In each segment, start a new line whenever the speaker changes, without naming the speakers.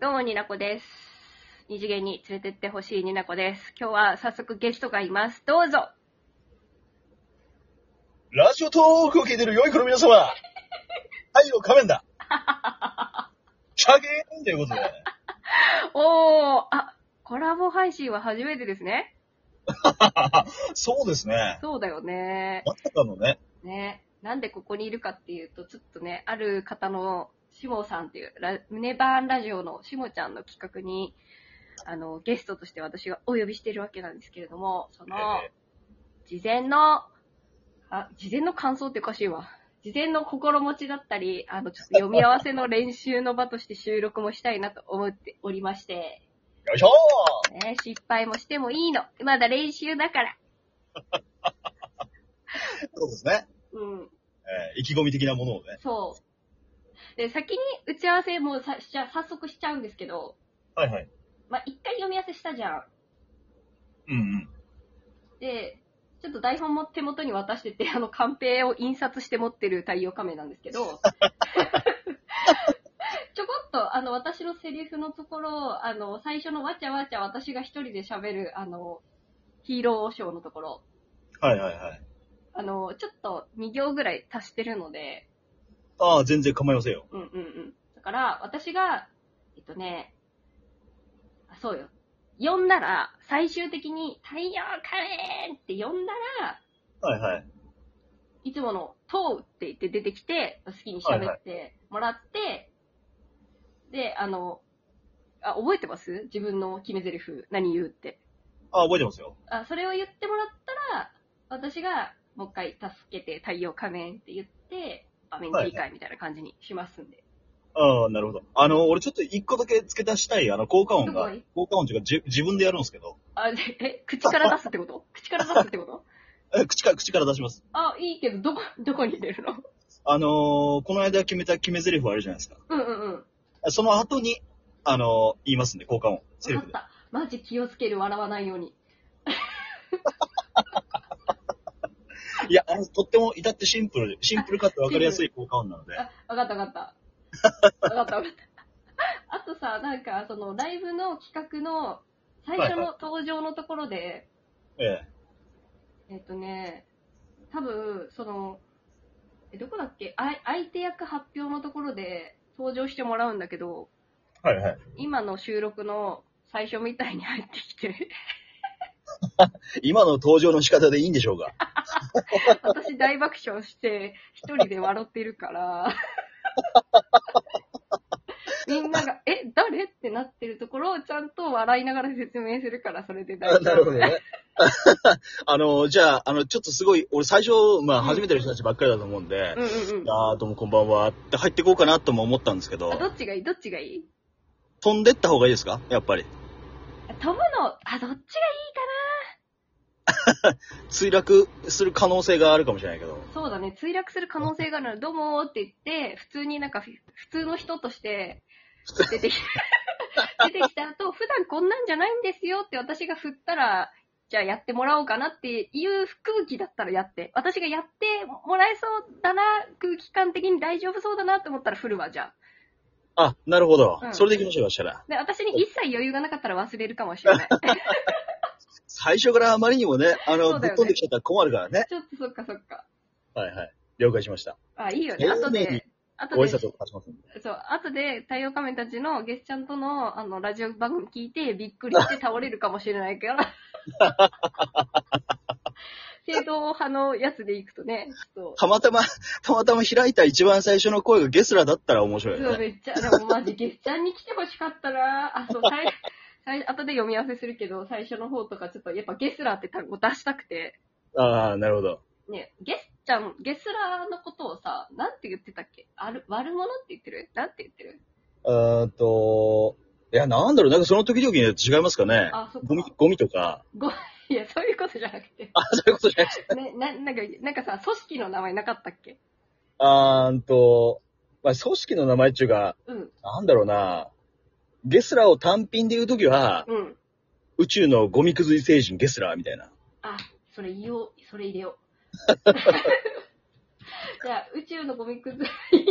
どうも、になこです。二次元に連れてってほしいになこです。今日は早速ゲストがいます。どうぞ
ラジオトークを聞いてる良い子の皆様、太陽仮面だ。シャゲーンということで、
おー、あ、コラボ配信は初めてですね。
そうですね。
そうだよね。
まさかのね、
ね。なんでここにいるかっていうと、ちょっとね、ある方の、しもさんっていう、ラムネバーンラジオのしもちゃんの企画に、あの、ゲストとして私がお呼びしてるわけなんですけれども、その、
え
事前の、あ、事前の感想っておかしいわ。事前の心持ちだったり、あの、ちょっと読み合わせの練習の場として収録もしたいなと思っておりまして、
ーよいしょ
ね、失敗もしてもいいの。まだ練習だから。
ーそうですね、
うん、
えー意気込み的なものをね。
そう。で、先に打ち合わせもうさしちゃ、早速しちゃうんですけど、
はいはい。
まあ、一回読み合わせしたじゃん。
うんうん。
で、ちょっと台本も手元に渡して て、あの、カンペを印刷して持ってる太陽仮面なんですけど、 ちょこっと、あの、私のセリフのところ、あの、最初のわちゃわちゃ私が一人で喋る、あの、ヒーローショーのところ、
はいはいはい。
あの、ちょっと2行ぐらい足してるので、
ああ、全然構いませんよ。
うんうんうん。だから、私が、えっとね、あ、そうよ。呼んだら、最終的に、太陽仮面って呼んだら、
はいはい。
いつもの、とうって言って出てきて、好きに喋ってもらって、で、あの、あ、覚えてます自分の決め台詞、何言うって。
ああ、覚えてますよ。
あ、それを言ってもらったら、私が、もう一回、助けて、太陽仮面って言って、場面切り替えみたいな感じにしますんで。
ああ、なるほど。あの、俺ちょっと一個だけ付け足したい、あの、効果音が
すごい、
効果音っていうか、じ自分でやるんですけど、
あ、でえ、口から出すってこと 口から出すってこと
え口から、口から出します。
あ、いいけど、どこ、どこに出るの
あのーこの間決めた決め台詞あるじゃないですか。
うんうんうん。
その後に、あのー言いますんで、効果音、セリ
分
フ
かっ
で。
た。マジ気をつける、笑わないように。
いや、あの、とっても至ってシンプル、シンプルかって分かりやすい効果音なので。
あ、わかったわかった。わかったわかった。あとさ、なんか、その、ライブの企画の、最初の登場のところで、
ええ。
えっとね、多分、その、え、どこだっけあい相手役発表のところで登場してもらうんだけど、
はいはい。
今の収録の最初みたいに入ってきて、
今の登場の仕方でいいんでしょうか
私大爆笑して、一人で笑ってるから、みんなが、え、誰ってなってるところをちゃんと笑いながら説明するから、それで大丈夫。
ね。 あの、じゃあ、あの、ちょっとすごい、俺最初、まあ、初めての人たちばっかりだと思うんで
う、んうんうん。
あーどうもこんばんはって入ってこうかなとも思ったんですけ
あど
ど、
っちがいいどっちがいい
飛んでった方がいいですかやっぱり。
飛ぶの、あ、どっちがいい
墜落する可能性があるかもしれないけど。
そうだね、墜落する可能性があるのどうもーって言って、普通になんかふ、普通の人として、出 てきた、出てきた後、普段こんなんじゃないんですよって私が振ったら、じゃあやってもらおうかなっていう空気だったらやって。私がやってもらえそうだな、空気感的に大丈夫そうだなって思ったら振るわ、じゃあ。
あ、なるほど。
うん
それで行きましょうか、したら。
で、私に一切余裕がなかったら忘れるかもしれ ない。
最初からあまりにもね、あ
そ
の、
うだ
ぶっ
よね
飛んできちゃったら困るからね。
ちょっとそっかそっか。
はいはい。了解しました。
あ、いいよね。後
丁寧に
で、後
ご挨
で
拶をしますんで。
そう、後で太陽仮面たちのゲスちゃんとのあのラジオ番組聞いてびっくりして倒れるかもしれないから。正統派のやつでいくとね、ちょった
またま、たまたま開いた一番最初の声がゲスラだったら面白
と、
い
そ
よ
う
ね。
めっちゃ、でもマジゲスちゃんに来てほしかったなあ、そう、最最後で読み合わせするけど、最初の方とかちょっとやっぱゲスラーって単語出したくて、
ああ、なるほど。
ね、ゲスちゃん、ゲスラーのことをさ、なんて言ってたっけある、悪者って言ってるなんて言ってる
うーんと、いや、なんだろう、なんかその時々によって違いますかね。
あ、そっか
ゴミ。、ゴミとか。
ご、いや、そういうことじゃなくて。
あ、そういうことじゃないです。
ね、な、なんか、なんかさ、組織の名前なかったっけ
あーんと、まあ、組織の名前っていうか、
うん、
なんだろうな、ゲスラを単品で言う時は、
うん。
宇宙のゴミくずい星人ゲスラーみたいな。
あ、それ言おう、それ入れよ う。じゃあ、宇 宙のゴミくず、笑っ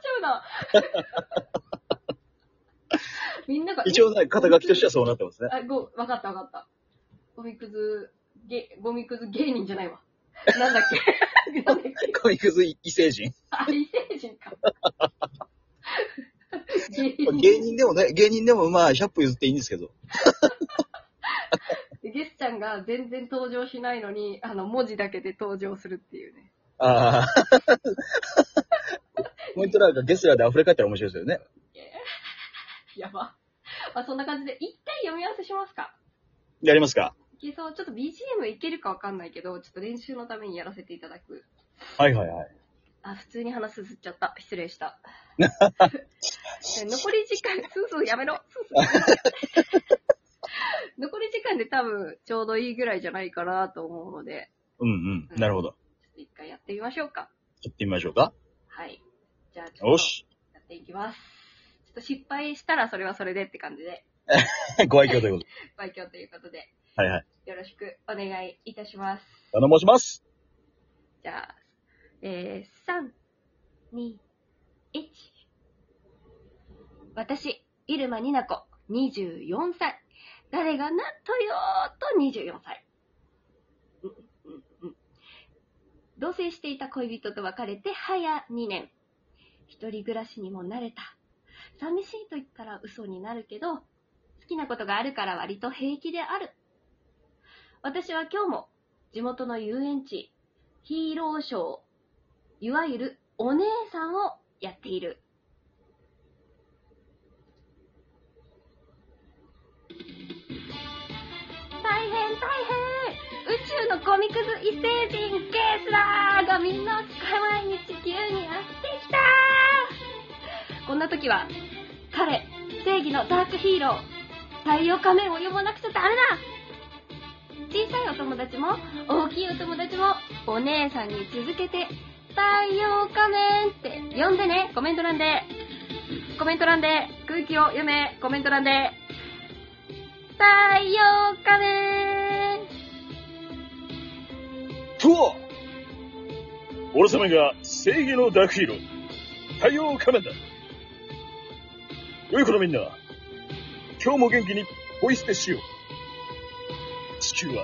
ちゃうな。みんなが、
一応ね、肩書きとしてはそうなってますね。
あ、ご、わかったわかった。ゴミくず、げ、ゴミくず芸人じゃないわ。なんだっ けなんだっけ
コミックス異星人。
あ、異星人 か。芸人
芸人でもね、芸人でもまあ、100歩譲っていいんですけど。
ゲスちゃんが全然登場しないのに、あの、文字だけで登場するっていうね。
ああ。 ポイントなんかゲスラーで溢れ返ったら面白いですよね。
やば。 まあ、そんな感じで、一回読み合わせしますか。
やりますか
いけそう。ちょっと BGM いけるかわかんないけど、ちょっと練習のためにやらせていただく。
はいはいはい。
あ、普通に話すずっちゃった。失礼 した。残り時間、スースーやめろ。スースー。 残り時間で多分ちょうどいいぐらいじゃないかなと思うので、
うんうん。なるほど。
ちょっと一回やってみましょうか。
やってみましょうか。
はい。じゃあちょ
よ
っと
し。
やっていきます。ちょっと失敗したらそれはそれでって感じで、
ご愛嬌ということで。
ご愛嬌ということで、
はいはい。
よろしくお願いいたします。
あの、申します。
じゃあ、えー、3、2、1。私、入間になこ、24歳。誰がなっとよーと24歳。うんうんうん同棲していた恋人と別れて早2年。一人暮らしにも慣れた。寂しいと言ったら嘘になるけど、好きなことがあるから割と平気である。私は今日も地元の遊園地、ヒーローショー、いわゆるお姉さんをやっている。大変大変宇宙のゴミくず異星人ゲースラーがみんなを捕まえに地球にやってきたこんな時は、彼、正義のダークヒーロー、太陽仮面を読まなくちゃダメだ小さいお友達も大きいお友達もお姉さんに続けて「太陽仮面」って呼んでねコメント欄でコメント欄で空気を読めコメント欄で「太陽仮面
プオ俺様が正義のダークヒーロー、太陽仮面だ。よい子のみんな、今日も元気にポイ捨てしよう。地球は、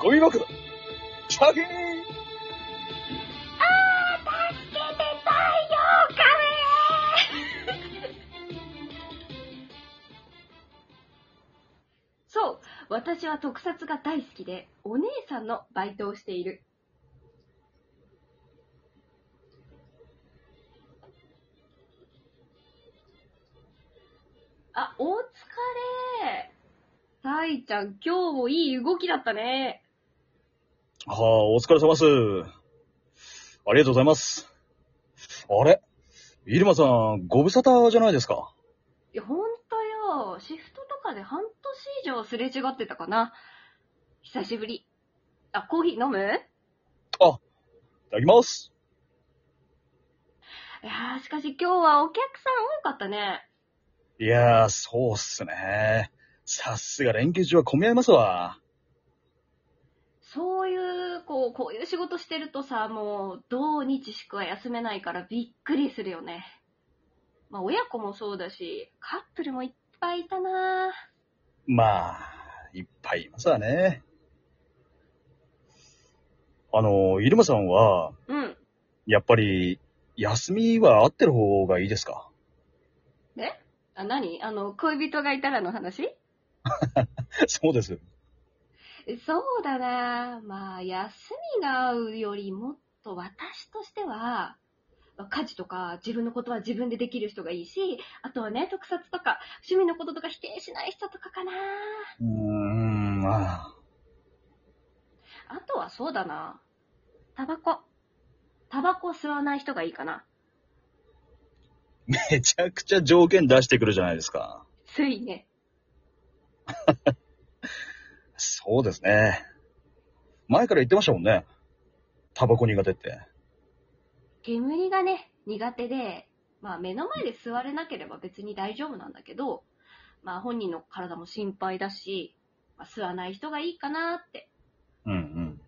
ゴミ箱だ。チャゲー
助けて太陽仮面」そう私は特撮が大好きでお姉さんのバイトをしているあ、お疲れ。たいちゃん、今日もいい動きだったね。
はあ、お疲れ様っす。ありがとうございます。あれ入間さん、ご無沙汰じゃないですか。
いや、ほんとよ。シフトとかで半年以上すれ違ってたかな。久しぶり。あ、コーヒー飲むいや
いただきます。
ー、しかし今日はお客さん多かったね。
いやー、そうっすね。さすが連休中は混み合いますわ。
そういう、こう、こういう仕事してるとさ、もう、土日しか休めないからびっくりするよね。まあ、親子もそうだし、カップルもいっぱいいたな
まあ、いっぱいいますわね。あの、入間さんは、
うん。
やっぱり、休みは合ってる方がいいですか
あ、何あの、恋人がいたらの話
そうです。
えそうだなまあ、休みが合うよりもっと私としては、まあ家事とか自分のことは自分でできる人がいいし、あとはね、特撮とか趣味のこととか否定しない人とかかな
うーん、まあ。
あとはそうだなタバコ。タバコ吸わない人がいいかな。
めちゃくちゃ条件出してくるじゃないですか。
ついね。
そうですね。前から言ってましたもんね。タバコ苦手って。
煙がね、苦手で、まあ目の前で吸われなければ別に大丈夫なんだけど、まあ本人の体も心配だし、まあ、吸わない人がいいかなって。
うんうん。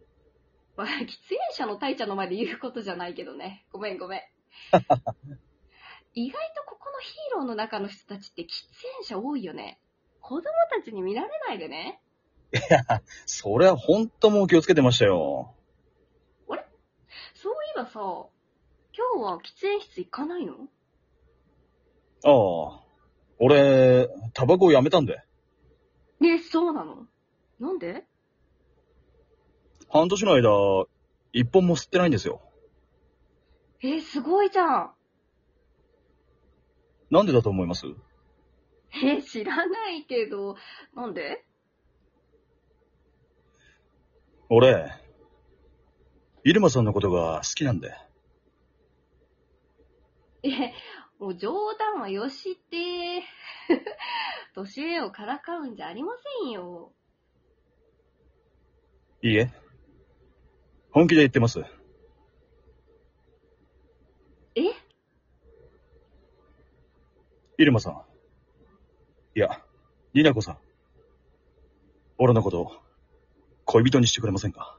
まあ、 喫煙者の大ちゃんの前で言うことじゃないけどね。ごめんごめん。意外とここのヒーローの中の人たちって喫煙者多いよね。子供たちに見られないでね。
そりゃほんともう気をつけてましたよ。
そういえばさ、今日は喫煙室行かないの
ああ。俺、タバコをやめたんで。
ねえ、そうなのなんで
半年の間、一本も吸ってないんですよ。
えー、すごいじゃん。
なんでだと思います
えー、知らないけど、なんで
俺、入間さんのことが好きなんで。
えー、もう冗談はよしって。 年上をからかうんじゃありませんよ。
いいえ。本気で言ってます。
え
入間さん。いや、ニナコさん。俺のこと、恋人にしてくれませんか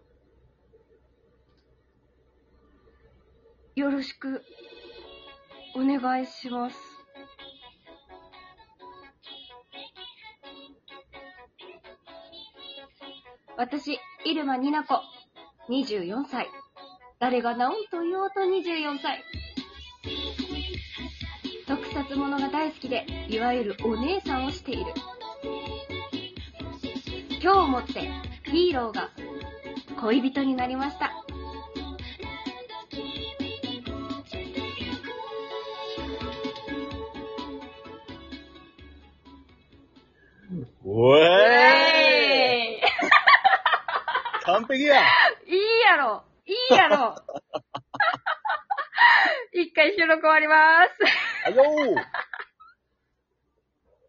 よろしく、お願いします。私、入間になこ、24歳。誰が治んと言おうと24歳。特撮ものが大好きで、いわゆるお姉さんをしている。今日をもって、ヒーローが恋人になりました。イ
うえ
エーイ
完璧や
いいやろいいやろ一回収録終わります
哎はよー